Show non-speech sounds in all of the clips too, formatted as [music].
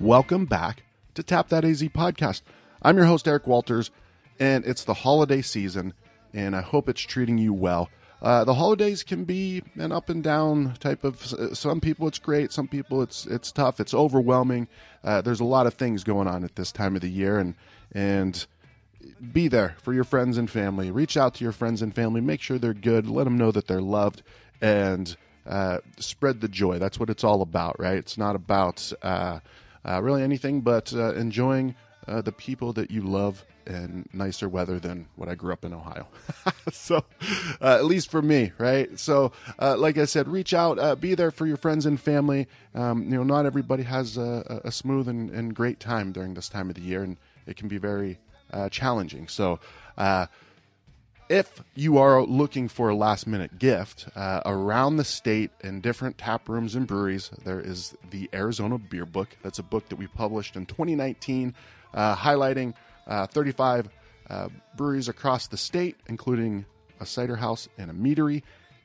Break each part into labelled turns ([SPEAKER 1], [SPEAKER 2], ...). [SPEAKER 1] Welcome back to Tap That AZ podcast. I'm your host, Eric Walters, and it's the holiday season, and I hope it's treating you well. Uh, the holidays can be an up and down type of. uh, Some people it's great, some people it's it's tough, it's overwhelming. Uh, there's a lot of things going on at this time of the year, and and be there for your friends and family. Reach out to your friends and family. Make sure they're good. Let them know that they're loved and uh, spread the joy. That's what it's all about, right? It's not about uh, uh, really anything but uh, enjoying uh, the people that you love and nicer weather than what I grew up in Ohio. [laughs] so, uh, at least for me, right? So, uh, like I said, reach out, uh, be there for your friends and family. Um, you know, not everybody has a, a a smooth and, and great time during this time of the year, and it can be very uh, challenging. So, uh, if you are looking for a last minute gift uh, around the state in different tap rooms and breweries there is the arizona beer book that's a book that we published in 2019 uh, highlighting uh, 35 uh, breweries across the state including a cider house and a meadery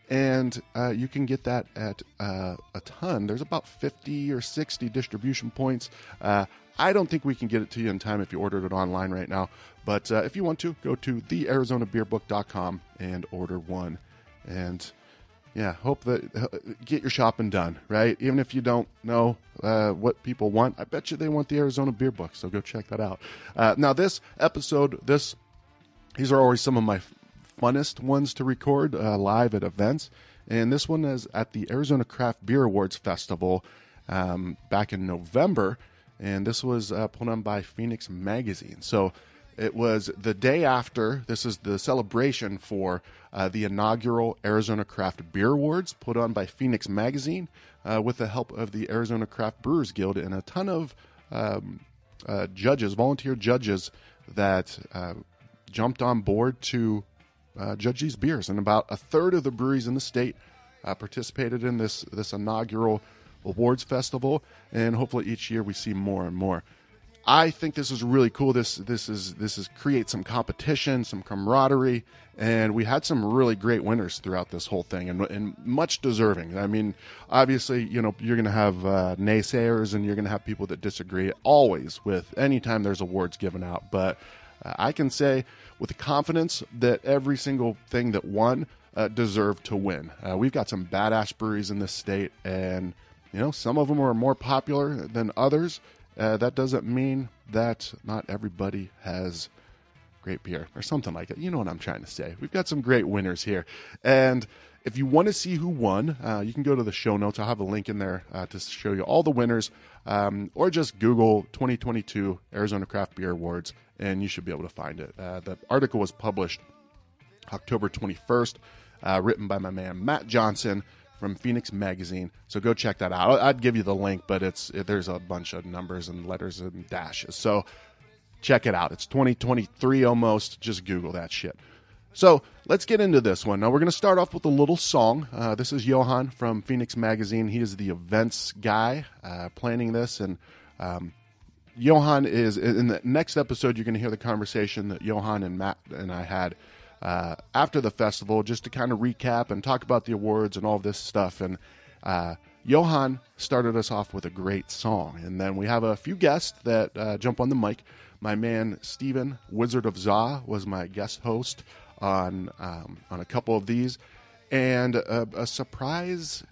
[SPEAKER 1] and uh, you can get that at uh, a ton. There's about 50 or 60 distribution points. Uh, I don't think we can get it to you in time if you ordered it online right now, but uh, if you want to, go to thearizonabeerbook.com and order one. And yeah, hope that uh, get your shopping done, right? Even if you don't know uh, what people want, I bet you they want the Arizona Beer Book, so go check that out. Uh, now, this episode, this these are always some of my funnest ones to record uh, live at events. And this one is at the Arizona Craft Beer Awards Festival um, back in November. And this was uh, put on by Phoenix Magazine. So it was the day after. This is the celebration for uh, the inaugural Arizona Craft Beer Awards put on by Phoenix Magazine uh, with the help of the Arizona Craft Brewers Guild and a ton of um, uh, judges, volunteer judges that uh, jumped on board to uh, judge these beers, and about a third of the breweries in the state uh, participated in this this inaugural awards festival. And hopefully, each year we see more and more. I think this is really cool. This this is this is create some competition, some camaraderie, and we had some really great winners throughout this whole thing, and, and much deserving. I mean, obviously, you know, you're going to have uh, naysayers, and you're going to have people that disagree always with any time there's awards given out. But uh, I can say with confidence that every single thing that won uh, deserved to win. Uh, we've got some badass breweries in this state, and you know, some of them are more popular than others. Uh, that doesn't mean that not everybody has great beer or something like it. You know what I'm trying to say. We've got some great winners here. And if you want to see who won, uh, you can go to the show notes. I'll have a link in there uh, to show you all the winners, um, or just Google 2022 Arizona Craft Beer Awards, and you should be able to find it. Uh, the article was published October 21st, uh, written by my man Matt Johnson from Phoenix Magazine. So go check that out. I- I'd give you the link, but it's it, there's a bunch of numbers and letters and dashes. So check it out. It's 2023 almost. Just Google that shit. So let's get into this one. Now we're going to start off with a little song. Uh, this is Johan from Phoenix Magazine. He is the events guy uh, planning this, and um, Johan is in the next episode. You're going to hear the conversation that Johan and Matt and I had uh, after the festival, just to kind of recap and talk about the awards and all this stuff. And uh, Johan started us off with a great song, and then we have a few guests that uh, jump on the mic. My man Steven Wizard of Za was my guest host on um, on a couple of these, and a, a surprise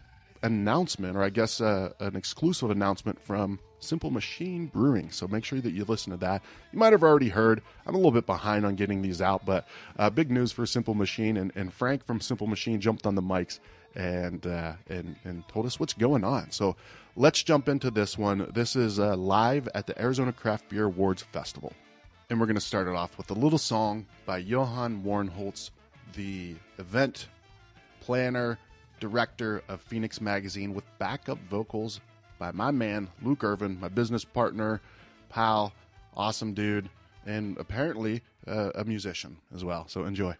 [SPEAKER 1] announcement, or I guess uh, an exclusive announcement from Simple Machine Brewing. So make sure that you listen to that. You might have already heard. I'm a little bit behind on getting these out, but uh, big news for Simple Machine. And, and Frank from Simple Machine jumped on the mics and, uh, and, and told us what's going on. So let's jump into this one. This is uh, live at the Arizona Craft Beer Awards Festival. And we're going to start it off with a little song by Johann Warnholtz, the event planner, director of Phoenix Magazine, with backup vocals by my man, Luke Irvin, my business partner, pal, awesome dude, and apparently uh, a musician as well. So enjoy.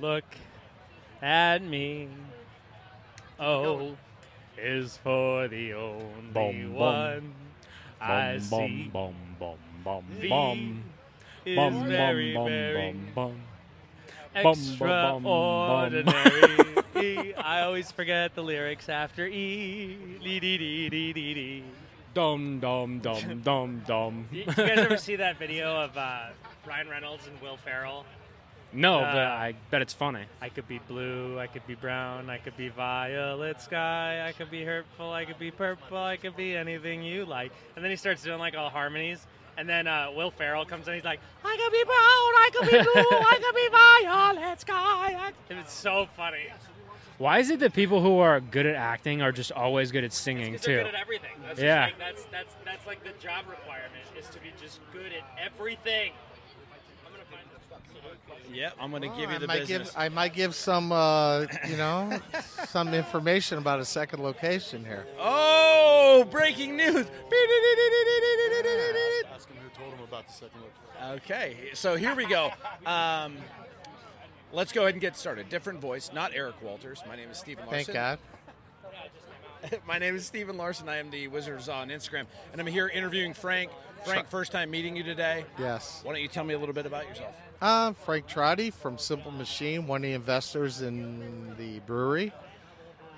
[SPEAKER 2] Look at me. O is for the only
[SPEAKER 3] Bum, bum.
[SPEAKER 2] one I
[SPEAKER 3] Bum,
[SPEAKER 2] see.
[SPEAKER 3] bum, bum, bum, bum,
[SPEAKER 2] V
[SPEAKER 3] bum.
[SPEAKER 2] is
[SPEAKER 3] Bum, bum,
[SPEAKER 2] very,
[SPEAKER 3] bum,
[SPEAKER 2] very
[SPEAKER 3] bum, bum. bum, bum, bum.
[SPEAKER 2] extraordinary.
[SPEAKER 3] [laughs]
[SPEAKER 2] E, I always forget the lyrics after E. Dee, dee, dee, dee, dee, dee.
[SPEAKER 3] Dum
[SPEAKER 2] [laughs]
[SPEAKER 3] dum dum dum dum.
[SPEAKER 2] You, you guys ever see that video of uh, Ryan Reynolds and Will Ferrell?
[SPEAKER 3] No,
[SPEAKER 2] Uh,
[SPEAKER 3] but I bet it's funny.
[SPEAKER 2] I could be blue, I could be brown, I could be violet sky, I could be hurtful, I could be purple, I could be anything you like. And then he starts doing like all harmonies. And then uh, Will Ferrell comes in, he's like, I could be brown, I could be blue, I could be violet sky. [laughs] I... It was so funny.
[SPEAKER 3] Why is it that people who are good at acting are just always good at singing
[SPEAKER 2] 'Cause they're
[SPEAKER 3] too?
[SPEAKER 2] good at everything. That's
[SPEAKER 3] Yeah.
[SPEAKER 2] Just like, that's that's that's like the job requirement is to be just good at everything. I'm gonna find this.
[SPEAKER 4] Yep, I'm going to
[SPEAKER 5] Well,
[SPEAKER 4] give you
[SPEAKER 5] I
[SPEAKER 4] the
[SPEAKER 5] might
[SPEAKER 4] business.
[SPEAKER 5] Give, I might give some, uh, you know, some information about a second location here.
[SPEAKER 4] oh, breaking news.
[SPEAKER 6] Ask him who told him about the second location.
[SPEAKER 4] Okay, so here we go. Um, let's go ahead and get started. Different voice, not Eric Walters. My name is Stephen Larson.
[SPEAKER 5] Thank God.
[SPEAKER 4] [laughs] My name is Stephen Larson. I am the Wizard of Zaw on Instagram, and I'm here interviewing Frank. Frank, first time meeting you today.
[SPEAKER 5] Yes.
[SPEAKER 4] Why don't you tell me a little bit about yourself?
[SPEAKER 5] Uh, Frank Trotti from Simple Machine, one of the investors in the brewery.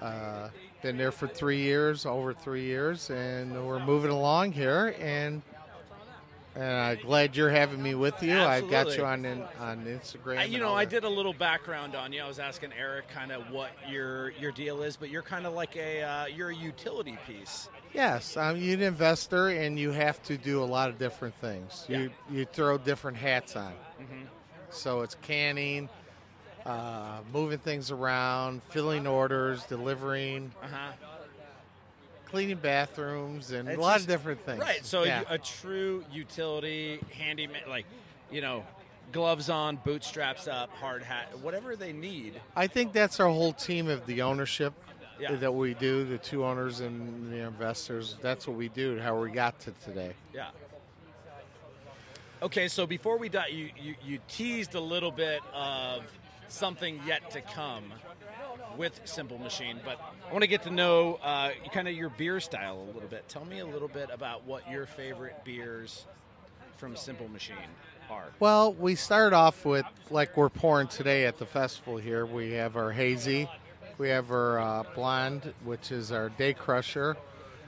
[SPEAKER 5] Uh, been there for three years, over three years, and we're moving along here. And and I'm glad you're having me with you. I've got
[SPEAKER 4] Absolutely.
[SPEAKER 5] you on in, on Instagram.
[SPEAKER 4] I,
[SPEAKER 5] and
[SPEAKER 4] you know,
[SPEAKER 5] all
[SPEAKER 4] I
[SPEAKER 5] that.
[SPEAKER 4] did a little background on you. I was asking Eric kind of what your your deal is, but you're kind of like a uh, you're a utility piece.
[SPEAKER 5] Yes, um, you're an investor, and you have to do a lot of different things. You you throw different hats on.
[SPEAKER 4] Mm-hmm.
[SPEAKER 5] So it's canning, uh, moving things around, filling orders, delivering,
[SPEAKER 4] Uh huh.
[SPEAKER 5] cleaning bathrooms, and
[SPEAKER 4] It's
[SPEAKER 5] a lot
[SPEAKER 4] just-
[SPEAKER 5] of different things.
[SPEAKER 4] Right. So
[SPEAKER 5] yeah,
[SPEAKER 4] you, uh, a true utility handyman, like you know, gloves on, bootstraps up, hard hat, whatever they need.
[SPEAKER 5] I think that's our whole team of the ownership
[SPEAKER 4] Yeah.
[SPEAKER 5] that we do, the two owners and the investors. That's what we do. How we got to today.
[SPEAKER 4] Yeah. Okay, so before we die, you, you, you teased a little bit of something yet to come with Simple Machine, but I want to get to know uh, kind of your beer style a little bit. Tell me a little bit about what your favorite beers from Simple Machine are.
[SPEAKER 5] Well, we start off with like we're pouring today at the festival here. We have our hazy, we have our uh, blonde, which is our day crusher.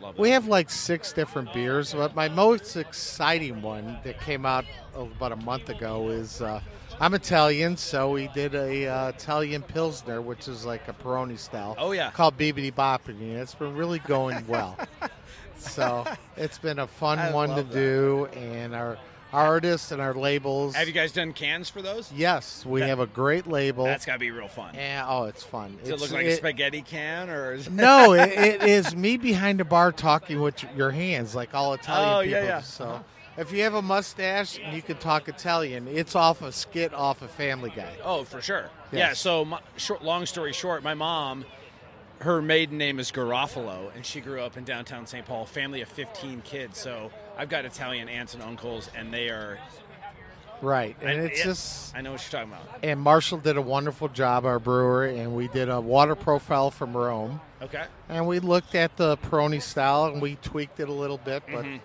[SPEAKER 4] Love
[SPEAKER 5] We
[SPEAKER 4] that.
[SPEAKER 5] have like six different beers, but my most exciting one that came out about a month ago is uh, I'm Italian, so we did a uh, Italian pilsner, which is like a Peroni style.
[SPEAKER 4] Oh, yeah.
[SPEAKER 5] called Bibbidi Boppity. It's been really going well. so it's been a fun
[SPEAKER 4] I
[SPEAKER 5] one to
[SPEAKER 4] love that.
[SPEAKER 5] do, and our. our Artists and our labels.
[SPEAKER 4] Have you guys done cans for those?
[SPEAKER 5] Yes, we
[SPEAKER 4] That-
[SPEAKER 5] have a great label.
[SPEAKER 4] That's got to be real fun.
[SPEAKER 5] and, oh, it's fun.
[SPEAKER 4] Does it
[SPEAKER 5] It's-
[SPEAKER 4] look like a spaghetti can or
[SPEAKER 5] [laughs]
[SPEAKER 4] is
[SPEAKER 5] no, it, it is me behind the bar talking with your hands, like all Italian
[SPEAKER 4] Oh, yeah,
[SPEAKER 5] people.
[SPEAKER 4] yeah.
[SPEAKER 5] So if you have a mustache and you can talk Italian, it's off a skit off a Family Guy.
[SPEAKER 4] Oh, for sure. Yeah.
[SPEAKER 5] Yes.
[SPEAKER 4] So, my, short, long story short, my mom, her maiden name is Garofalo, and she grew up in downtown St. Paul. Family of fifteen kids. So I've got Italian aunts and uncles, and they are.
[SPEAKER 5] Right, and
[SPEAKER 4] I-
[SPEAKER 5] it's
[SPEAKER 4] yeah,
[SPEAKER 5] just
[SPEAKER 4] I know what you're talking about.
[SPEAKER 5] and Marshall did a wonderful job, our brewer, and we did a water profile from Rome,
[SPEAKER 4] Okay.
[SPEAKER 5] and we looked at the Peroni style and we tweaked it a little bit, but.
[SPEAKER 4] Mm-hmm.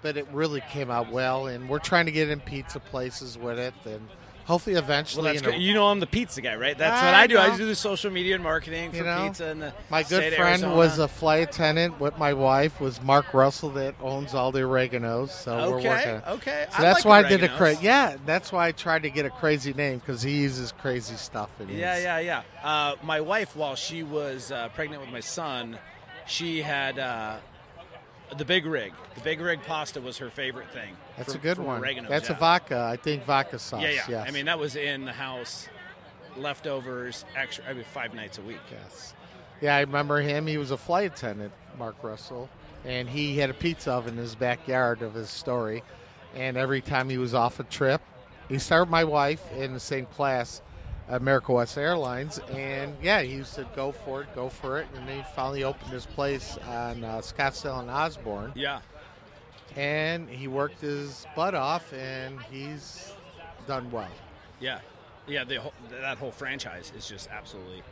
[SPEAKER 5] But it really came out well, and we're trying to get in pizza places with it, and hopefully
[SPEAKER 4] Well,
[SPEAKER 5] eventually.
[SPEAKER 4] that's
[SPEAKER 5] in a-
[SPEAKER 4] good. You know, I'm the pizza guy, right? That's
[SPEAKER 5] I
[SPEAKER 4] what I do. I
[SPEAKER 5] know.
[SPEAKER 4] do the social media and marketing for
[SPEAKER 5] You know,
[SPEAKER 4] pizza. And the
[SPEAKER 5] My
[SPEAKER 4] state
[SPEAKER 5] good
[SPEAKER 4] of
[SPEAKER 5] friend
[SPEAKER 4] Arizona.
[SPEAKER 5] was a flight attendant with my wife. Was Mark Russell that owns all the oreganos? So we're
[SPEAKER 4] Okay.
[SPEAKER 5] working. on-
[SPEAKER 4] Okay.
[SPEAKER 5] So that's why I did a
[SPEAKER 4] crazy.
[SPEAKER 5] crazy. Yeah, that's why I tried to get a crazy name because he uses crazy stuff. In his.
[SPEAKER 4] Yeah, yeah, yeah. Uh, my wife, while she was uh, pregnant with my son, she had uh, the big rig. The big rig pasta was her favorite thing.
[SPEAKER 5] That's
[SPEAKER 4] from-
[SPEAKER 5] a good
[SPEAKER 4] from
[SPEAKER 5] one.
[SPEAKER 4] Oregano's,
[SPEAKER 5] that's
[SPEAKER 4] yeah.
[SPEAKER 5] a vodka. I think vodka sauce.
[SPEAKER 4] Yeah, yeah.
[SPEAKER 5] Yes.
[SPEAKER 4] I mean, that was in the house, leftovers, extra. I mean, five nights a week.
[SPEAKER 5] yes. Yeah, I remember him. He was a flight attendant, Mark Russell, and he had a pizza oven in his backyard of his story. And every time he was off a trip, he started with my wife in the same class, America West Airlines, and yeah, he used to go for it, go for it, and he finally opened his place on uh, Scottsdale and Osborne,
[SPEAKER 4] Yeah.
[SPEAKER 5] and he worked his butt off, and he's done well.
[SPEAKER 4] Yeah, yeah. The whole, that whole franchise is just absolutely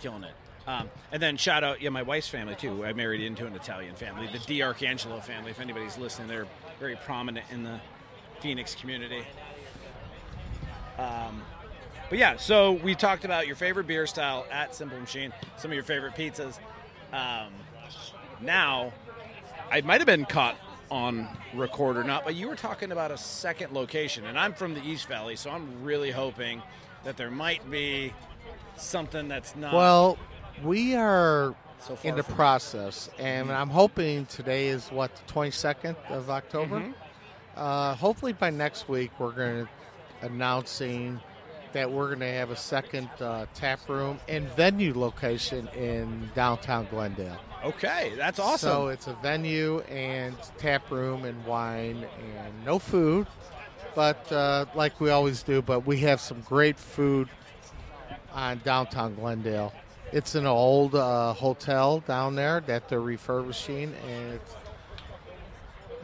[SPEAKER 4] killing it. Um, and then shout out, yeah, my wife's family too. who I married into an Italian family, the D'Arcangelo family. If anybody's listening, they're very prominent in the Phoenix community. Um, but yeah, so we talked about your favorite beer style at Simple Machine, some of your favorite pizzas. Um, now, I might have been caught on record or not, but you were talking about a second location, and I'm from the East Valley, so I'm really hoping that there might be something that's not
[SPEAKER 5] Well, we are
[SPEAKER 4] So far
[SPEAKER 5] in the
[SPEAKER 4] from- Mm-hmm.
[SPEAKER 5] process, and I'm hoping today is what the 22nd of October.
[SPEAKER 4] Mm-hmm.
[SPEAKER 5] Uh, hopefully, by next week, we're going to announcing that we're going to have a second uh, tap room and venue location in downtown Glendale.
[SPEAKER 4] Okay, that's awesome.
[SPEAKER 5] So it's a venue and tap room and wine and no food, but uh, like we always do. But we have some great food on downtown Glendale. It's an old uh, hotel down there that they're refurbishing, and it's,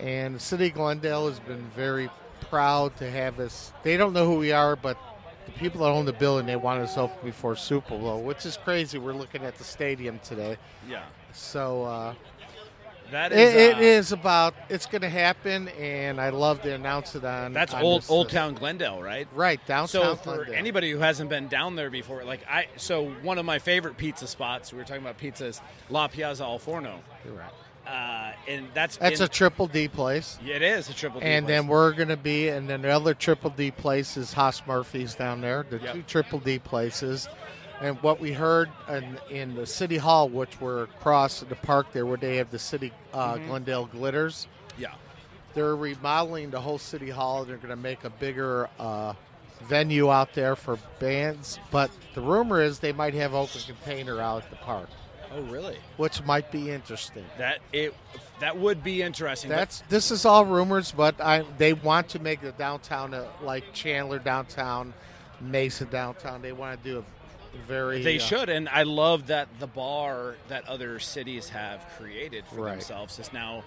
[SPEAKER 5] and the city of Glendale has been very proud to have us. They don't know who we are, but the people that own the building they want us open before Super Bowl, which is crazy. We're looking at the stadium today,
[SPEAKER 4] yeah,
[SPEAKER 5] so. Uh,
[SPEAKER 4] that is.
[SPEAKER 5] it, it
[SPEAKER 4] uh,
[SPEAKER 5] is about it's going to happen, and I love to announce it on.
[SPEAKER 4] That's
[SPEAKER 5] on
[SPEAKER 4] old
[SPEAKER 5] this-
[SPEAKER 4] Old Town Glendale, right?
[SPEAKER 5] right downtown.
[SPEAKER 4] So for
[SPEAKER 5] Glendale.
[SPEAKER 4] anybody who hasn't been down there before, like I, so one of my favorite pizza spots. We were talking about pizzas, La Piazza Al Forno,
[SPEAKER 5] You're right.
[SPEAKER 4] uh, and that's
[SPEAKER 5] that's
[SPEAKER 4] in-
[SPEAKER 5] a triple D place,
[SPEAKER 4] Yeah, it is a triple. D
[SPEAKER 5] and
[SPEAKER 4] place.
[SPEAKER 5] then we're going to be, and then the other triple D place is Haas Murphy's down there. The
[SPEAKER 4] Yep.
[SPEAKER 5] two triple D places, and what we heard in, in the city hall, which we're across the park there, where they have the city uh,
[SPEAKER 4] Mm-hmm.
[SPEAKER 5] Glendale glitters.
[SPEAKER 4] yeah,
[SPEAKER 5] they're remodeling the whole city hall. They're going to make a bigger uh, venue out there for bands. But the rumor is they might have open container out at the park,
[SPEAKER 4] oh really?
[SPEAKER 5] which might be interesting.
[SPEAKER 4] That it that would be interesting. but-
[SPEAKER 5] That's this is all rumors, but I they want to make the downtown uh, like Chandler downtown, Mesa downtown. They want to do a very
[SPEAKER 4] They
[SPEAKER 5] uh,
[SPEAKER 4] should, and I love that the bar that other cities have created for
[SPEAKER 5] Right.
[SPEAKER 4] themselves is now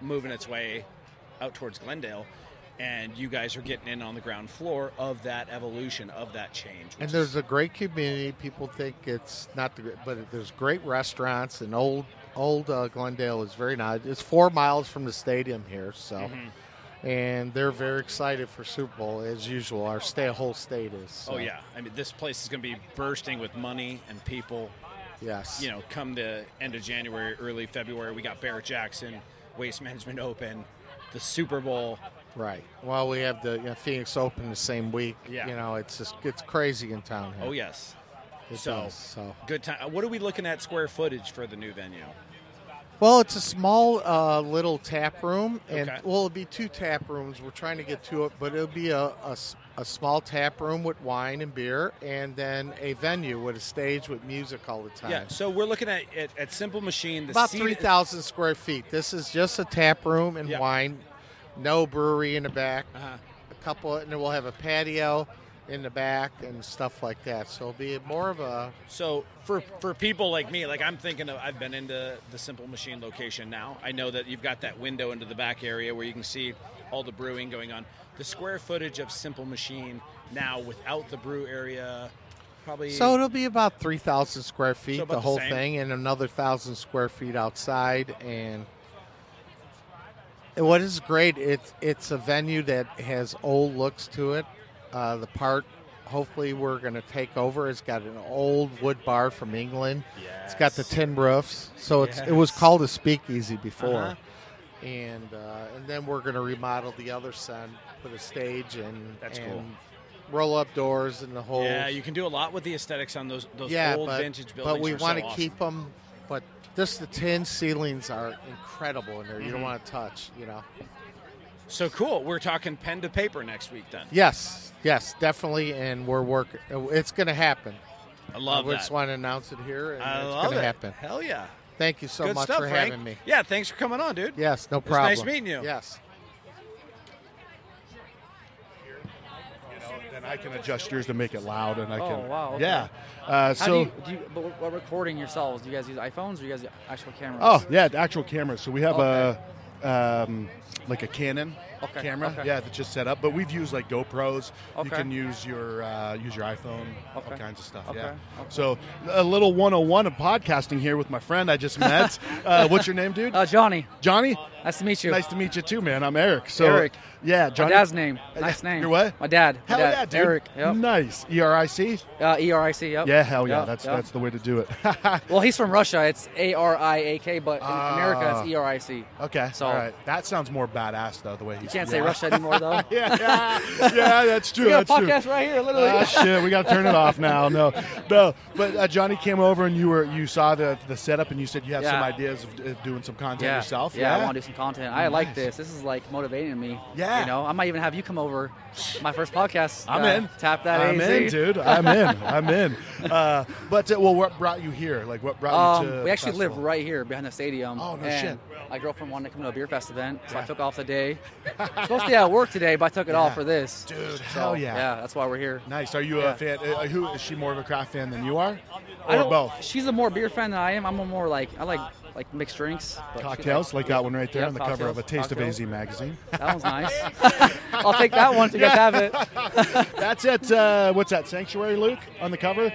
[SPEAKER 4] moving its way out towards Glendale, and you guys are getting in on the ground floor of that evolution of that change. which
[SPEAKER 5] And
[SPEAKER 4] is-
[SPEAKER 5] there's a great community. People think it's not the, but there's great restaurants and old old uh, Glendale is very nice. It's four miles from the stadium here, so
[SPEAKER 4] Mm-hmm.
[SPEAKER 5] and they're very excited for Super Bowl as usual. Our stay whole state is. so,
[SPEAKER 4] oh yeah, I mean this place is going to be bursting with money and people.
[SPEAKER 5] yes,
[SPEAKER 4] You know, come the end of January, early February, we got Barrett Jackson, Waste Management Open, the Super Bowl.
[SPEAKER 5] right. Well, we have the you know, Phoenix Open the same week.
[SPEAKER 4] Yeah.
[SPEAKER 5] you know, it's just it's crazy in town here.
[SPEAKER 4] Oh yes,
[SPEAKER 5] it
[SPEAKER 4] so-
[SPEAKER 5] does. So
[SPEAKER 4] good time. What are we looking at square footage for the new venue?
[SPEAKER 5] Well, it's a small uh, little tap room, and
[SPEAKER 4] Okay.
[SPEAKER 5] well, it'll be two tap rooms. We're trying to get to it, but it'll be a, a s- a small tap room with wine and beer, and then a venue with a stage with music all the time.
[SPEAKER 4] Yeah, so we're looking at at, at Simple Machine. The
[SPEAKER 5] About
[SPEAKER 4] seat-
[SPEAKER 5] three thousand square feet. This is just a tap room and
[SPEAKER 4] Yeah.
[SPEAKER 5] wine, no brewery in the back.
[SPEAKER 4] Uh-huh.
[SPEAKER 5] A couple, and then we'll have a patio in the back and stuff like that. So it'll be more of a
[SPEAKER 4] So for for people like me, like I'm thinking of, I've been into the Simple Machine location now. I know that you've got that window into the back area where you can see all the brewing going on. The square footage of Simple Machine now without the brew area, probably.
[SPEAKER 5] So it'll be about three thousand square feet,
[SPEAKER 4] about
[SPEAKER 5] the
[SPEAKER 4] the
[SPEAKER 5] whole
[SPEAKER 4] same.
[SPEAKER 5] thing, and another thousand square feet outside. And and what is great, it's it's a venue that has old looks to it. Uh, the part, hopefully, we're going to take over. It's got an old wood bar from England. It's got the
[SPEAKER 4] Yes.
[SPEAKER 5] tin roofs, so it's it was called a speakeasy before.
[SPEAKER 4] Uh-huh.
[SPEAKER 5] And uh, and then we're going to remodel the other side, put a stage and
[SPEAKER 4] That's
[SPEAKER 5] and
[SPEAKER 4] cool.
[SPEAKER 5] roll up doors and the whole
[SPEAKER 4] yeah, you can do a lot with the aesthetics on those those old vintage buildings.
[SPEAKER 5] but we
[SPEAKER 4] are so
[SPEAKER 5] wanna
[SPEAKER 4] awesome.
[SPEAKER 5] keep them. But just the tin ceilings are incredible in there.
[SPEAKER 1] Mm-hmm.
[SPEAKER 5] You don't want to touch. You know.
[SPEAKER 4] So cool. We're talking pen to paper next week then.
[SPEAKER 5] Yes, yes, definitely. And we're working. It's going to happen.
[SPEAKER 4] I love
[SPEAKER 5] I
[SPEAKER 4] that.
[SPEAKER 5] just want to announce it here, and
[SPEAKER 4] I
[SPEAKER 5] it's
[SPEAKER 4] love
[SPEAKER 5] going to
[SPEAKER 4] it.
[SPEAKER 5] happen.
[SPEAKER 4] Hell yeah.
[SPEAKER 5] Thank you so
[SPEAKER 4] Good
[SPEAKER 5] much
[SPEAKER 4] stuff,
[SPEAKER 5] for
[SPEAKER 4] Frank.
[SPEAKER 5] having me.
[SPEAKER 4] Yeah, thanks for coming on, dude.
[SPEAKER 5] Yes, no
[SPEAKER 4] was nice
[SPEAKER 5] problem.
[SPEAKER 4] meeting you.
[SPEAKER 5] Yes.
[SPEAKER 6] You know, then I can adjust yours to make it loud, and I
[SPEAKER 7] Oh,
[SPEAKER 6] can.
[SPEAKER 7] wow, okay.
[SPEAKER 6] Yeah. Uh,
[SPEAKER 7] How
[SPEAKER 6] so.
[SPEAKER 7] do you, do you, but what- what recording yourselves? Do you guys use iPhones or you guys
[SPEAKER 1] Oh,
[SPEAKER 7] use actual cameras?
[SPEAKER 6] Oh yeah, the actual cameras. So we have
[SPEAKER 7] Okay.
[SPEAKER 6] a um, like a Canon
[SPEAKER 7] Okay,
[SPEAKER 1] camera.
[SPEAKER 7] okay.
[SPEAKER 1] Yeah, that's just set up. But we've used like GoPros. You
[SPEAKER 7] Okay.
[SPEAKER 1] can use your uh, use your iPhone. All
[SPEAKER 7] Okay.
[SPEAKER 1] kinds of stuff.
[SPEAKER 7] Okay,
[SPEAKER 1] Yeah.
[SPEAKER 7] okay.
[SPEAKER 1] So a little 101 of podcasting here with my friend I just
[SPEAKER 7] [laughs]
[SPEAKER 1] met. uh, what's your name, dude?
[SPEAKER 7] Uh, Johnny,
[SPEAKER 1] Johnny.
[SPEAKER 7] nice to meet you.
[SPEAKER 1] Nice to meet you too, man. I'm Eric. So
[SPEAKER 7] Eric.
[SPEAKER 1] Yeah,
[SPEAKER 7] My
[SPEAKER 1] Johnny.
[SPEAKER 7] dad's name. Nice name.
[SPEAKER 1] Your what?
[SPEAKER 7] My dad. My
[SPEAKER 1] Hell
[SPEAKER 7] dad.
[SPEAKER 1] yeah, dude.
[SPEAKER 7] Eric. Yep.
[SPEAKER 1] Nice. E R I C.
[SPEAKER 7] Uh, E R I C. Yep.
[SPEAKER 1] Yeah, hell yeah.
[SPEAKER 7] Yep,
[SPEAKER 1] That's
[SPEAKER 7] yep.
[SPEAKER 1] that's the way to do it. [laughs]
[SPEAKER 7] Well, he's from Russia. It's A R I A K, but in America,
[SPEAKER 1] Ah.
[SPEAKER 7] it's E R I C.
[SPEAKER 1] okay.
[SPEAKER 7] So-
[SPEAKER 1] All right. That sounds more badass though, the way he's.
[SPEAKER 7] You can't
[SPEAKER 1] yeah.
[SPEAKER 7] say Russia anymore, though.
[SPEAKER 1] [laughs] Yeah, yeah, yeah. That's true.
[SPEAKER 7] We got a
[SPEAKER 1] that's true.
[SPEAKER 7] podcast right here, literally.
[SPEAKER 1] Ah, shit, we got to turn it off now. No, no. But uh, Johnny came over and you were you saw the the setup and you said you have some
[SPEAKER 7] Yeah.
[SPEAKER 1] ideas of, of doing some content
[SPEAKER 7] yeah.
[SPEAKER 1] yourself.
[SPEAKER 7] Yeah, I
[SPEAKER 1] yeah.
[SPEAKER 7] want to do some content. I like this. This is like motivating me.
[SPEAKER 1] Yeah.
[SPEAKER 7] You know, I might even have you come over. My first podcast.
[SPEAKER 1] I'm
[SPEAKER 7] uh,
[SPEAKER 1] in.
[SPEAKER 7] Tap that
[SPEAKER 1] I'm
[SPEAKER 7] AZ.
[SPEAKER 1] in, dude. I'm in. I'm
[SPEAKER 7] [laughs]
[SPEAKER 1] in. Uh, but uh, well, what brought you here? Like, what brought you to?
[SPEAKER 7] Um, we
[SPEAKER 1] the
[SPEAKER 7] actually live
[SPEAKER 1] festival?
[SPEAKER 7] right here behind the stadium.
[SPEAKER 1] Oh, no
[SPEAKER 7] and My girlfriend wanted to come to a beer fest event, so I took off
[SPEAKER 1] [laughs]
[SPEAKER 7] the day. Supposed to be at work today, but I took it all
[SPEAKER 1] Yeah.
[SPEAKER 7] for this.
[SPEAKER 1] Dude,
[SPEAKER 7] So,
[SPEAKER 1] hell yeah.
[SPEAKER 7] Yeah, that's why we're here.
[SPEAKER 1] Nice. Are you a
[SPEAKER 7] Yeah.
[SPEAKER 1] fan? Uh, who is she more of a craft fan than you are,
[SPEAKER 7] I
[SPEAKER 1] or
[SPEAKER 7] don't-
[SPEAKER 1] both?
[SPEAKER 7] She's a more beer fan than I am. I'm a more like I like like mixed drinks. but she
[SPEAKER 1] Cocktails, like that one right there
[SPEAKER 7] Yeah,
[SPEAKER 1] on the cover of a
[SPEAKER 7] cocktails,
[SPEAKER 1] Taste of
[SPEAKER 7] cocktails.
[SPEAKER 1] AZ magazine.
[SPEAKER 7] likes- that
[SPEAKER 1] [laughs]
[SPEAKER 7] one's nice. [laughs] I'll take that one if you guys have it.
[SPEAKER 1] Uh, That's at uh, what's that? Sanctuary, Luke, on the cover.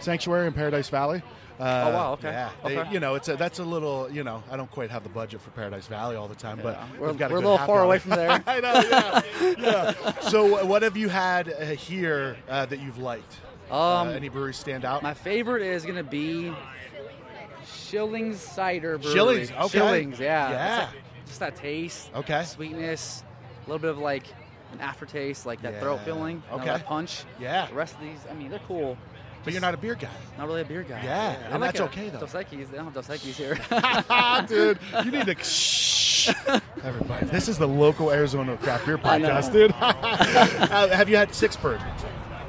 [SPEAKER 1] Sanctuary in Paradise Valley. Uh,
[SPEAKER 7] Oh, wow, okay,
[SPEAKER 1] Yeah, they-
[SPEAKER 7] okay.
[SPEAKER 1] you know, it's a, that's a little. You know, I don't quite have the budget for Paradise Valley all the time, but
[SPEAKER 7] We're,
[SPEAKER 1] we've got
[SPEAKER 7] we're a
[SPEAKER 1] good
[SPEAKER 7] little
[SPEAKER 1] happy
[SPEAKER 7] far
[SPEAKER 1] hour.
[SPEAKER 7] away from
[SPEAKER 1] [laughs]
[SPEAKER 7] there.
[SPEAKER 1] I know. Yeah, yeah. So, wh- what have you had uh, here uh, that you've liked?
[SPEAKER 7] Um,
[SPEAKER 1] uh, any breweries stand out?
[SPEAKER 7] My favorite is gonna be Shillings Cider Brewery.
[SPEAKER 1] Shillings, okay.
[SPEAKER 7] Shillings, yeah.
[SPEAKER 1] Yeah.
[SPEAKER 7] It's like- just that taste.
[SPEAKER 1] Okay.
[SPEAKER 7] Sweetness, a little bit of like an aftertaste, like that
[SPEAKER 1] Yeah.
[SPEAKER 7] throat feeling. you know,
[SPEAKER 1] Okay.
[SPEAKER 7] that punch.
[SPEAKER 1] Yeah.
[SPEAKER 7] The rest of these, I mean, they're cool.
[SPEAKER 1] but you're not a beer guy.
[SPEAKER 7] Not really a beer guy.
[SPEAKER 1] Yeah,
[SPEAKER 7] I
[SPEAKER 1] and
[SPEAKER 7] like
[SPEAKER 1] that's
[SPEAKER 7] a
[SPEAKER 1] okay, though.
[SPEAKER 7] Dos Equis. They don't have Dos
[SPEAKER 1] [laughs]
[SPEAKER 7] Equis here.
[SPEAKER 1] [laughs] ah, dude, you need to. Shh. Everybody, this is the local Arizona craft beer
[SPEAKER 7] I know.
[SPEAKER 1] podcast, dude. Uh, have you had Six Bird?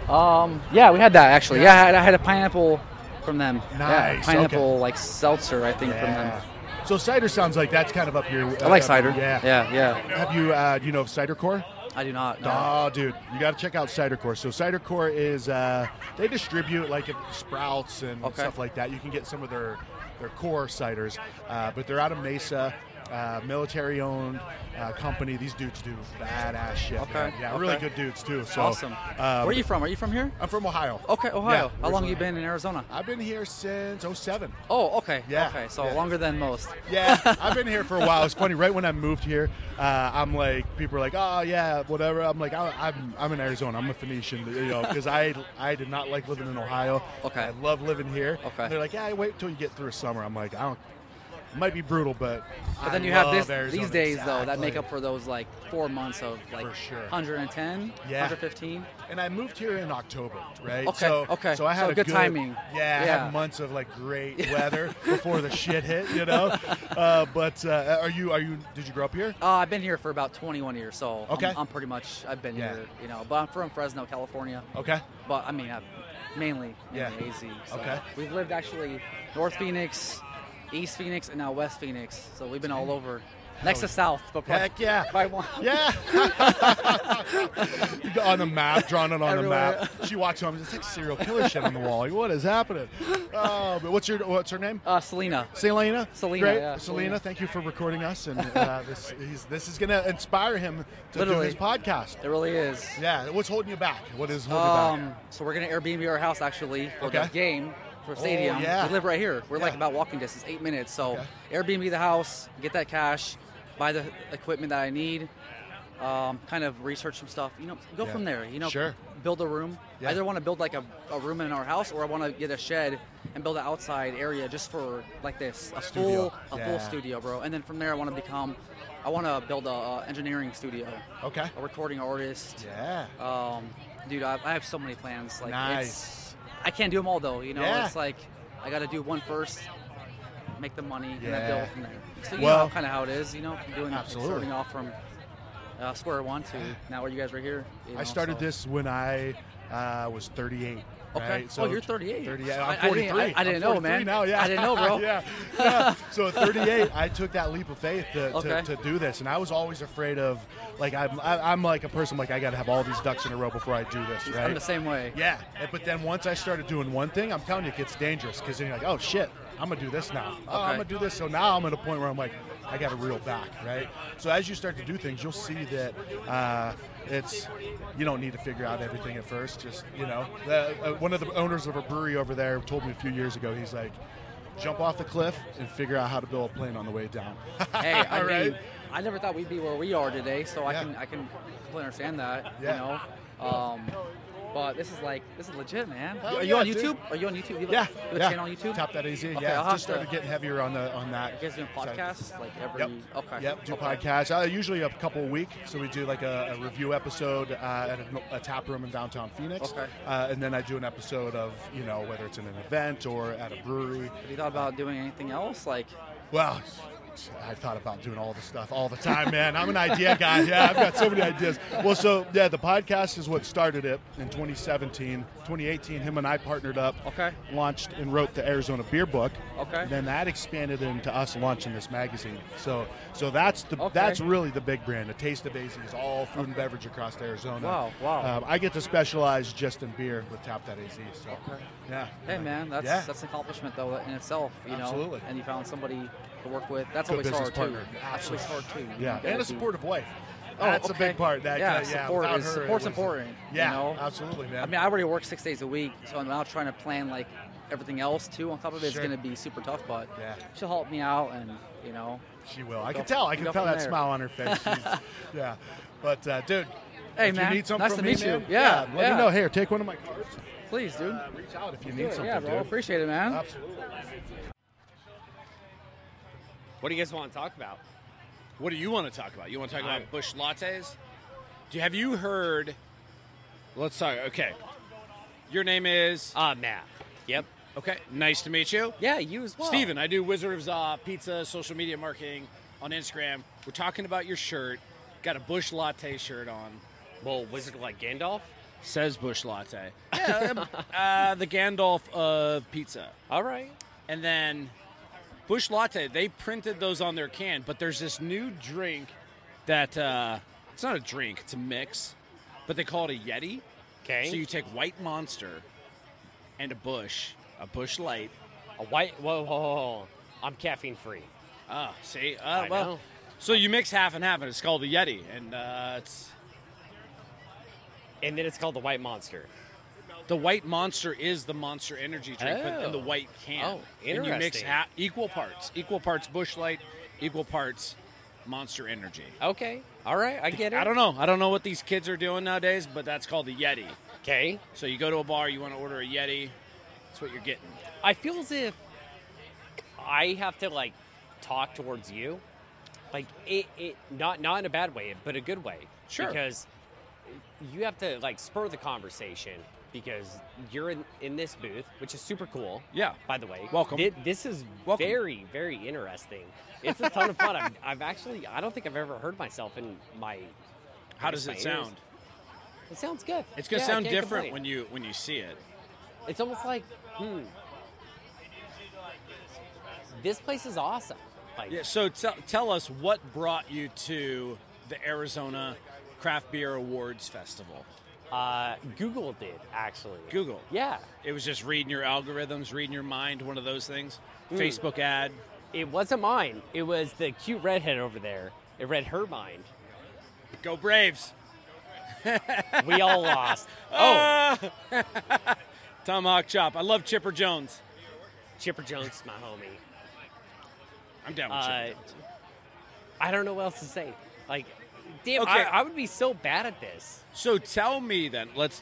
[SPEAKER 7] um, yeah, we had that actually. Yeah, I had, I had a pineapple from them. Yeah,
[SPEAKER 1] Nice, okay.
[SPEAKER 7] pineapple like seltzer, I think, from them.
[SPEAKER 1] So cider sounds like that's kind of up your. uh,
[SPEAKER 7] I like cider.
[SPEAKER 1] Yeah.
[SPEAKER 7] Yeah, yeah.
[SPEAKER 1] Have you uh, do you know of Cider Core?
[SPEAKER 7] I do not. no.
[SPEAKER 1] Oh, dude, you got to check out Cider Core. So Cider Core is uh, they distribute like if Sprouts and
[SPEAKER 7] Okay.
[SPEAKER 1] stuff like that. You can get some of their their core ciders, uh, but they're out of Mesa. Uh, military-owned uh, company. These dudes do badass shit.
[SPEAKER 7] Okay,
[SPEAKER 1] man. Yeah, really
[SPEAKER 7] okay.
[SPEAKER 1] good dudes too. So
[SPEAKER 7] awesome.
[SPEAKER 1] um,
[SPEAKER 7] Where are you from? Are you from here?
[SPEAKER 1] I'm from Ohio.
[SPEAKER 7] Okay, Ohio.
[SPEAKER 1] Yeah,
[SPEAKER 7] How long have you
[SPEAKER 1] originally.
[SPEAKER 7] been in Arizona?
[SPEAKER 1] I've been here since 07.
[SPEAKER 7] Oh, okay.
[SPEAKER 1] Yeah,
[SPEAKER 7] Okay, so
[SPEAKER 1] yeah.
[SPEAKER 7] longer than most.
[SPEAKER 1] Yeah, I've been here for a while. It's funny. Right when I moved here, uh, I'm like, people are like, "Oh yeah, whatever." I'm like, I, "I'm I'm in Arizona. I'm a Phoenician," you know, because I I did not like living in Ohio.
[SPEAKER 7] Okay.
[SPEAKER 1] I love living here.
[SPEAKER 7] Okay.
[SPEAKER 1] And they're like, "Yeah, wait till you get through summer." I'm like, I don't. It might be brutal, but
[SPEAKER 7] But
[SPEAKER 1] I
[SPEAKER 7] then you have
[SPEAKER 1] love
[SPEAKER 7] this
[SPEAKER 1] Arizona.
[SPEAKER 7] these days though that
[SPEAKER 1] Exactly.
[SPEAKER 7] make up for those like four months of like
[SPEAKER 1] For sure.
[SPEAKER 7] 110,
[SPEAKER 1] Yeah.
[SPEAKER 7] 115.
[SPEAKER 1] And I moved here in October, right?
[SPEAKER 7] Okay,
[SPEAKER 1] So,
[SPEAKER 7] okay.
[SPEAKER 1] So I had
[SPEAKER 7] So
[SPEAKER 1] a
[SPEAKER 7] good timing.
[SPEAKER 1] Yeah, I
[SPEAKER 7] Yeah.
[SPEAKER 1] had months of like great [laughs] weather before the shit hit, you know. Uh, but uh, are you are you? Did you grow up here?
[SPEAKER 7] Uh, I've been here for about 21 years, so
[SPEAKER 1] Okay.
[SPEAKER 7] I'm, I'm pretty much I've been
[SPEAKER 1] Yeah.
[SPEAKER 7] here, you know. But I'm from Fresno, California.
[SPEAKER 1] Okay.
[SPEAKER 7] But I mean, I've mainly in
[SPEAKER 1] Yeah.
[SPEAKER 7] the AZ. So
[SPEAKER 1] Okay.
[SPEAKER 7] We've lived actually North Phoenix, East Phoenix, and now West Phoenix. So we've been all over. Next to South, but by-
[SPEAKER 1] Oh, Heck yeah.
[SPEAKER 7] by one.
[SPEAKER 1] Yeah. [laughs] You got on the map, drawn it on the
[SPEAKER 7] Everywhere.
[SPEAKER 1] map. She walks home. It's like serial killer shit on the wall. Like, what is happening? Uh, but what's your what's her name?
[SPEAKER 7] Uh, Selena.
[SPEAKER 1] Selena.
[SPEAKER 7] Selena,
[SPEAKER 1] Great.
[SPEAKER 7] yeah,
[SPEAKER 1] Selena,
[SPEAKER 7] Selena.
[SPEAKER 1] thank you for recording us, and uh, this he's, this is gonna inspire him to
[SPEAKER 7] Literally.
[SPEAKER 1] do his podcast.
[SPEAKER 7] It really is.
[SPEAKER 1] Yeah. What's holding you back? What is holding you
[SPEAKER 7] Um, so we're gonna Airbnb our house actually for
[SPEAKER 1] Okay. Oh,
[SPEAKER 7] the game for stadium.
[SPEAKER 1] yeah.
[SPEAKER 7] We live right here. We're like
[SPEAKER 1] Yeah.
[SPEAKER 7] about walking distance, eight minutes. So
[SPEAKER 1] Okay.
[SPEAKER 7] Airbnb the house, get that cash, buy the equipment that I need, um, kind of research some stuff. You know, go
[SPEAKER 1] Yeah.
[SPEAKER 7] from there. You know,
[SPEAKER 1] Sure.
[SPEAKER 7] build a room.
[SPEAKER 1] Yeah.
[SPEAKER 7] I either want to build like a, a room in our house, or I want to get a shed and build an outside area just for like this, a
[SPEAKER 1] Studio.
[SPEAKER 7] full a
[SPEAKER 1] Yeah.
[SPEAKER 7] full studio, bro. And then from there, I want to become, I want to build a, uh engineering studio,
[SPEAKER 1] back? Okay.
[SPEAKER 7] a recording artist.
[SPEAKER 1] Yeah.
[SPEAKER 7] Um, dude, I, I have so many plans. Like, it's,
[SPEAKER 1] nice.
[SPEAKER 7] I can't do them all though. You know,
[SPEAKER 1] Yeah.
[SPEAKER 7] it's like I got to do one first, make the money, and
[SPEAKER 1] Yeah.
[SPEAKER 7] then build from there. So you
[SPEAKER 1] Well-
[SPEAKER 7] know kind of how it is. You know, from doing
[SPEAKER 1] Absolutely.
[SPEAKER 7] starting off from uh, square one to now where you guys are here. you
[SPEAKER 1] I
[SPEAKER 7] know,
[SPEAKER 1] started
[SPEAKER 7] so-
[SPEAKER 1] this when I uh, was 38.
[SPEAKER 7] Okay.
[SPEAKER 1] Right?
[SPEAKER 7] Oh, you're 38.
[SPEAKER 1] 38.
[SPEAKER 7] I- I
[SPEAKER 1] I'm
[SPEAKER 7] didn't-
[SPEAKER 1] 43.
[SPEAKER 7] I- I
[SPEAKER 1] I'm
[SPEAKER 7] didn't know,
[SPEAKER 1] 43
[SPEAKER 7] man.
[SPEAKER 1] Now, yeah.
[SPEAKER 7] I didn't know, bro.
[SPEAKER 1] yeah. [laughs]
[SPEAKER 7] [laughs]
[SPEAKER 1] yeah. So at 38, I took that leap of faith to,
[SPEAKER 7] Okay.
[SPEAKER 1] to, to do this, and I was always afraid of, like, I'm I, I'm like a person like I got to have all these ducks in a row before I do this, right?
[SPEAKER 7] I'm the same way.
[SPEAKER 1] Yeah, and- but then once I started doing one thing, I'm telling you, it gets dangerous because then you're like, oh shit,
[SPEAKER 6] I'm gonna do this now. Oh, I'm gonna do this. So now I'm at a point where I'm like, I got to reel back, right? So as you start to do things, you'll see that uh, it's you don't need to figure out everything at first. Just you know, the, uh, one of the owners of a brewery over there told me a few years ago. He's like, jump off the cliff and figure out how to build a plane on the way down. [laughs]
[SPEAKER 7] hey, I
[SPEAKER 6] All right.
[SPEAKER 7] mean, I never thought we'd be where we are today, so I
[SPEAKER 6] Yeah.
[SPEAKER 7] can I can completely understand that.
[SPEAKER 6] Yeah.
[SPEAKER 7] You know, um, but this is like this is legit, man.
[SPEAKER 6] Oh,
[SPEAKER 7] are you on
[SPEAKER 6] yeah,
[SPEAKER 7] YouTube?
[SPEAKER 6] dude.
[SPEAKER 7] Are you on YouTube? You have a-
[SPEAKER 6] Yeah,
[SPEAKER 7] you have a
[SPEAKER 6] yeah.
[SPEAKER 7] channel on YouTube.
[SPEAKER 6] Top that easy.
[SPEAKER 7] Okay,
[SPEAKER 6] yeah,
[SPEAKER 7] I'll have
[SPEAKER 6] just started
[SPEAKER 7] to-
[SPEAKER 6] getting heavier on the on that.
[SPEAKER 7] You guys doing
[SPEAKER 6] side.
[SPEAKER 7] podcasts like every?
[SPEAKER 6] Yep.
[SPEAKER 7] Okay.
[SPEAKER 6] Yep, do
[SPEAKER 7] okay.
[SPEAKER 6] podcasts. Uh, usually a couple a week. So we do like a, a review episode uh, at a, a tap room in downtown Phoenix.
[SPEAKER 7] Okay.
[SPEAKER 6] Uh, and then I do an episode of, you know, whether it's in an event or at a brewery.
[SPEAKER 7] Have you thought about doing anything else? Like,
[SPEAKER 6] Well, I've thought about doing all this stuff all the time, man. I'm an idea guy. Yeah, I've got so many ideas. Well, so, yeah, the podcast is what started it in 2017. 2018, him and I partnered up,
[SPEAKER 7] Okay.
[SPEAKER 6] launched and wrote the Arizona Beer Book.
[SPEAKER 7] Okay.
[SPEAKER 6] Then that expanded into us launching this magazine. So so that's the
[SPEAKER 7] Okay.
[SPEAKER 6] that's really the big brand. The Taste of AZ is all food and beverage across Arizona.
[SPEAKER 7] Wow, wow.
[SPEAKER 6] Um, I get to specialize just in beer with Tap That AZ. So, yeah.
[SPEAKER 7] hey, man, that's
[SPEAKER 6] Yeah.
[SPEAKER 7] that's an accomplishment though in itself. You
[SPEAKER 6] Absolutely.
[SPEAKER 7] know, and you found somebody to work with. That's
[SPEAKER 6] Good
[SPEAKER 7] always
[SPEAKER 6] business
[SPEAKER 7] hard
[SPEAKER 6] partner.
[SPEAKER 7] too. That's always hard too. You
[SPEAKER 6] Yeah,
[SPEAKER 7] gotta
[SPEAKER 6] and a
[SPEAKER 7] be-
[SPEAKER 6] supportive wife.
[SPEAKER 7] Oh,
[SPEAKER 6] That's
[SPEAKER 7] okay.
[SPEAKER 6] a big part. That
[SPEAKER 7] Yeah,
[SPEAKER 6] uh, yeah
[SPEAKER 7] support
[SPEAKER 6] without
[SPEAKER 7] is-
[SPEAKER 6] her, it
[SPEAKER 7] support's
[SPEAKER 6] wasn't-
[SPEAKER 7] important, you
[SPEAKER 6] Yeah, Uh,
[SPEAKER 7] know?
[SPEAKER 6] absolutely, man.
[SPEAKER 7] I mean, I already work six days a week, so I'm now trying to plan like everything else too. On top of it,
[SPEAKER 6] Sure.
[SPEAKER 7] it's going to be super tough, but
[SPEAKER 6] Yeah.
[SPEAKER 7] she'll help me out, and you know,
[SPEAKER 6] she will. I
[SPEAKER 7] Go
[SPEAKER 6] can tell. I
[SPEAKER 7] from-
[SPEAKER 6] can
[SPEAKER 7] go
[SPEAKER 6] tell
[SPEAKER 7] from
[SPEAKER 6] that
[SPEAKER 7] there.
[SPEAKER 6] smile on her
[SPEAKER 7] [laughs]
[SPEAKER 6] face. She's- yeah, but uh, dude.
[SPEAKER 7] Hey,
[SPEAKER 6] if
[SPEAKER 7] man,
[SPEAKER 6] you need something
[SPEAKER 7] nice
[SPEAKER 6] from
[SPEAKER 7] to
[SPEAKER 6] me,
[SPEAKER 7] meet you.
[SPEAKER 6] man,
[SPEAKER 7] Yeah,
[SPEAKER 6] let
[SPEAKER 7] yeah.
[SPEAKER 6] me know. Here, take one of my cards.
[SPEAKER 7] please, dude.
[SPEAKER 6] Reach out if you need something,
[SPEAKER 7] yeah, bro,
[SPEAKER 6] dude.
[SPEAKER 7] appreciate it, man.
[SPEAKER 6] Absolutely.
[SPEAKER 8] What do you guys want to talk about?
[SPEAKER 4] What do you want to talk about? You want to talk
[SPEAKER 8] I-
[SPEAKER 4] about bush lattes? Do have you heard? Let's talk. Okay, your name is
[SPEAKER 8] Uh, Matt. Yep.
[SPEAKER 4] okay. Nice to meet you.
[SPEAKER 7] Yeah, you as well,
[SPEAKER 4] Steven, I do Wizard of Zaw pizza, social media marketing on Instagram. We're talking about your shirt. Got a Bush Latte shirt on.
[SPEAKER 8] Well, Wizard like Gandalf?
[SPEAKER 4] Says Bush
[SPEAKER 8] [laughs]
[SPEAKER 4] Latte. Yeah, uh, the Gandalf of pizza.
[SPEAKER 8] All right.
[SPEAKER 4] And then Bush Latte, they printed those on their can, but there's this new drink that uh, it's not a drink, it's a mix, but they call it a Yeti.
[SPEAKER 8] Okay.
[SPEAKER 4] So you take White Monster and a Bush, a Bush Light.
[SPEAKER 8] a white. Whoa, whoa, whoa, whoa. I'm caffeine free.
[SPEAKER 4] Oh, see, uh,
[SPEAKER 8] I
[SPEAKER 4] well,
[SPEAKER 8] know.
[SPEAKER 4] so you mix half and half, and it's called a Yeti, and uh, it's
[SPEAKER 8] And then it's called the White Monster.
[SPEAKER 4] the White Monster is the Monster Energy drink, but in the
[SPEAKER 8] Oh.
[SPEAKER 4] white can.
[SPEAKER 8] Oh,
[SPEAKER 4] And you mix
[SPEAKER 8] interesting.
[SPEAKER 4] ha- equal parts, equal parts Bush Light, equal parts Monster Energy.
[SPEAKER 8] Okay. All right. I get it.
[SPEAKER 4] I don't know. I don't know what these kids are doing nowadays, but that's called the Yeti.
[SPEAKER 8] Okay.
[SPEAKER 4] So you go to a bar, you want to order a Yeti. That's what you're getting.
[SPEAKER 8] I feel as if I have to like talk towards you, like it, it not not in a bad way, but a good way.
[SPEAKER 4] Sure.
[SPEAKER 8] Because you have to like spur the conversation because you're in in this booth, which is super cool.
[SPEAKER 4] Yeah.
[SPEAKER 8] By the way,
[SPEAKER 4] Welcome.
[SPEAKER 8] Thi- This is
[SPEAKER 4] Welcome.
[SPEAKER 8] very very interesting. It's a ton of fun. I've, I've actually I don't think I've ever heard myself in my.
[SPEAKER 4] How
[SPEAKER 8] I
[SPEAKER 4] does
[SPEAKER 8] guess
[SPEAKER 4] it
[SPEAKER 8] my ears.
[SPEAKER 4] sound?
[SPEAKER 8] It sounds good.
[SPEAKER 4] It's gonna
[SPEAKER 8] Yeah, I
[SPEAKER 4] sound
[SPEAKER 8] can't
[SPEAKER 4] different
[SPEAKER 8] complain.
[SPEAKER 4] when you when you see it.
[SPEAKER 8] It's almost like, hmm, this place is awesome. Like,
[SPEAKER 4] Yeah. So tell tell us what brought you to the Arizona Craft Beer Awards Festival.
[SPEAKER 8] uh, Google did actually.
[SPEAKER 4] Google.
[SPEAKER 8] Yeah,
[SPEAKER 4] It was just reading your algorithms, reading your mind, one of those things. Facebook ad.
[SPEAKER 8] it wasn't mine. It was the cute redhead over there. It read her mind.
[SPEAKER 4] Go Braves.
[SPEAKER 8] We [laughs] all lost. Oh,
[SPEAKER 4] Tomahawk chop. I love Chipper Jones.
[SPEAKER 8] Chipper Jones, my homie.
[SPEAKER 4] I'm down with
[SPEAKER 8] Uh,
[SPEAKER 4] Chipper Jones.
[SPEAKER 8] I don't know what else to say. Like, damn,
[SPEAKER 4] Okay.
[SPEAKER 8] I, I would be so bad at this.
[SPEAKER 4] So tell me then, let's.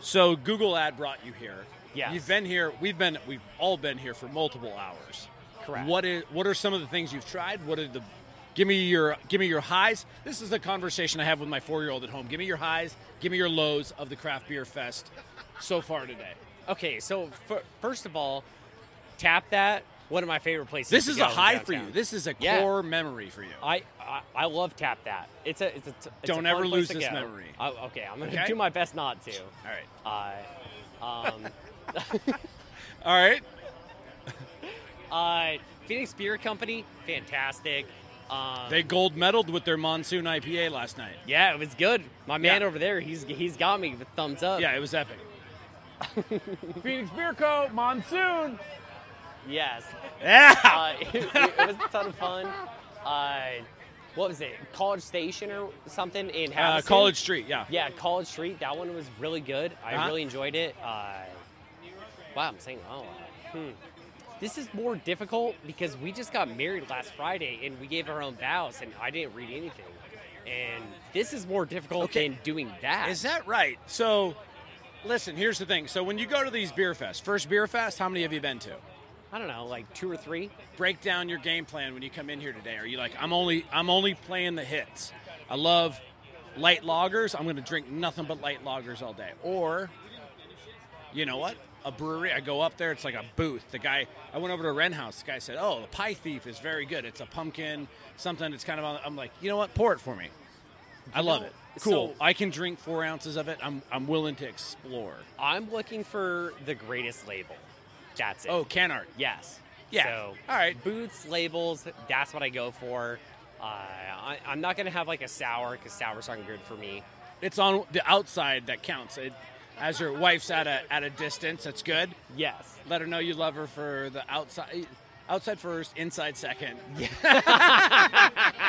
[SPEAKER 4] So Google ad brought you here.
[SPEAKER 8] Yes.
[SPEAKER 4] You've been here. We've been. We've all been here for multiple hours.
[SPEAKER 8] Correct.
[SPEAKER 4] What is? What are some of the things you've tried? What are the? Give me your. Give me your highs. This is the conversation I have with my four-year-old at home. Give me your highs. Give me your lows of the craft beer fest so far today.
[SPEAKER 8] Okay, so fir- first of all, tap that. One of my favorite places.
[SPEAKER 4] This
[SPEAKER 8] to
[SPEAKER 4] is
[SPEAKER 8] go
[SPEAKER 4] a
[SPEAKER 8] in
[SPEAKER 4] high for you.
[SPEAKER 8] downtown.
[SPEAKER 4] This is a
[SPEAKER 8] Yeah.
[SPEAKER 4] core memory for you.
[SPEAKER 8] I, I I love tap that. It's a it's a it's
[SPEAKER 4] Don't
[SPEAKER 8] a
[SPEAKER 4] ever
[SPEAKER 8] fun
[SPEAKER 4] lose
[SPEAKER 8] place to
[SPEAKER 4] this
[SPEAKER 8] go.
[SPEAKER 4] memory.
[SPEAKER 8] I, okay, I'm gonna
[SPEAKER 4] Okay?
[SPEAKER 8] do my best not to.
[SPEAKER 4] all right.
[SPEAKER 8] Uh, um, [laughs]
[SPEAKER 4] All right.
[SPEAKER 8] uh, Phoenix Beer Company, fantastic. Um,
[SPEAKER 4] They gold medaled with their monsoon IPA last night.
[SPEAKER 8] yeah, it was good. My man
[SPEAKER 4] Yeah.
[SPEAKER 8] over there, he's he's got me with thumbs up.
[SPEAKER 4] Yeah, it was epic.
[SPEAKER 8] Phoenix Beer Co. Monsoon.
[SPEAKER 9] Yes.
[SPEAKER 4] [laughs] Yeah.
[SPEAKER 8] [laughs]
[SPEAKER 9] Uh, it, it was a ton of fun. Uh, what was it? College Station or something in
[SPEAKER 4] Uh,
[SPEAKER 9] Madison?
[SPEAKER 4] College Street, yeah.
[SPEAKER 9] Yeah, College Street. That one was really good. I
[SPEAKER 4] Uh-huh.
[SPEAKER 9] really enjoyed it. Uh, wow, I'm saying wow. Hmm.
[SPEAKER 8] oh, This is more difficult because we just got married last Friday and we gave our own vows and I didn't read anything. And this is more difficult
[SPEAKER 4] Okay.
[SPEAKER 8] than doing that.
[SPEAKER 4] Is that right? So, listen, here's the thing. So, when you go to these beer fests, first beer fest, how many have you been to?
[SPEAKER 8] I don't know, like two or three.
[SPEAKER 4] break down your game plan when you come in here today? Are you like, I'm only I'm only playing the hits. I love light loggers. I'm going to drink nothing but light loggers all day. Or, you know what? A brewery. I go up there. It's like a booth. The guy. I went over to Ren House. The guy said, "Oh, the Pie Thief is very good. It's a pumpkin something. that's kind of." On, I'm like, you know what? Pour it for me. I love
[SPEAKER 8] know,
[SPEAKER 4] it. Cool.
[SPEAKER 8] so-
[SPEAKER 4] I can drink four ounces of it. I'm I'm willing to explore.
[SPEAKER 8] I'm looking for the greatest label. That's it.
[SPEAKER 4] Oh, can art.
[SPEAKER 8] yes.
[SPEAKER 4] Yeah.
[SPEAKER 8] So,
[SPEAKER 4] All right.
[SPEAKER 8] Boots, labels, that's what I go for. Uh, I, I'm not going to have like a sour because sours aren't good for me.
[SPEAKER 4] it's on the outside that counts. It, as your wife's at a at a distance, that's good.
[SPEAKER 8] Yes.
[SPEAKER 4] Let her know you love her for the outside, outside first, inside second. [laughs]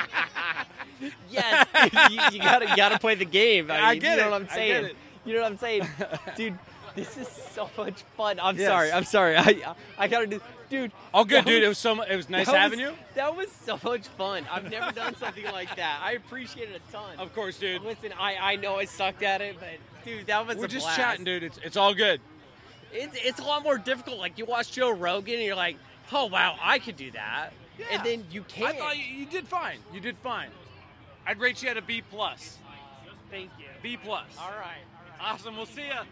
[SPEAKER 9] Yes, you, you gotta you gotta play the game. I,
[SPEAKER 4] I
[SPEAKER 9] mean,
[SPEAKER 4] get
[SPEAKER 9] you know
[SPEAKER 4] it.
[SPEAKER 9] what I'm
[SPEAKER 4] I
[SPEAKER 9] saying.
[SPEAKER 4] get it.
[SPEAKER 9] You know what I'm
[SPEAKER 3] [laughs]
[SPEAKER 9] saying, dude. This is so much fun. I'm
[SPEAKER 4] Yes.
[SPEAKER 9] sorry. I'm sorry. I I gotta do, dude.
[SPEAKER 4] All good,
[SPEAKER 9] that
[SPEAKER 4] dude.
[SPEAKER 9] was-
[SPEAKER 4] it was so mu- it was nice
[SPEAKER 9] that
[SPEAKER 4] having
[SPEAKER 9] was-
[SPEAKER 4] you.
[SPEAKER 9] That was [laughs] so much fun. I've never done something like that. I appreciate it a ton.
[SPEAKER 4] Of course, dude.
[SPEAKER 9] Listen, I, I know I sucked at it, but dude, that was
[SPEAKER 4] We're
[SPEAKER 9] a
[SPEAKER 4] just
[SPEAKER 9] blast.
[SPEAKER 4] chatting, dude. It's it's all good.
[SPEAKER 9] It's it's a lot more difficult. Like you watch Joe Rogan, and you're like, oh wow, I could do that. And then you
[SPEAKER 4] I
[SPEAKER 9] can't.
[SPEAKER 4] thought you, you did fine. You did fine. I'd rate you at a B plus.
[SPEAKER 9] Thank you.
[SPEAKER 4] B plus.
[SPEAKER 9] All right.
[SPEAKER 4] Awesome. We'll see ya.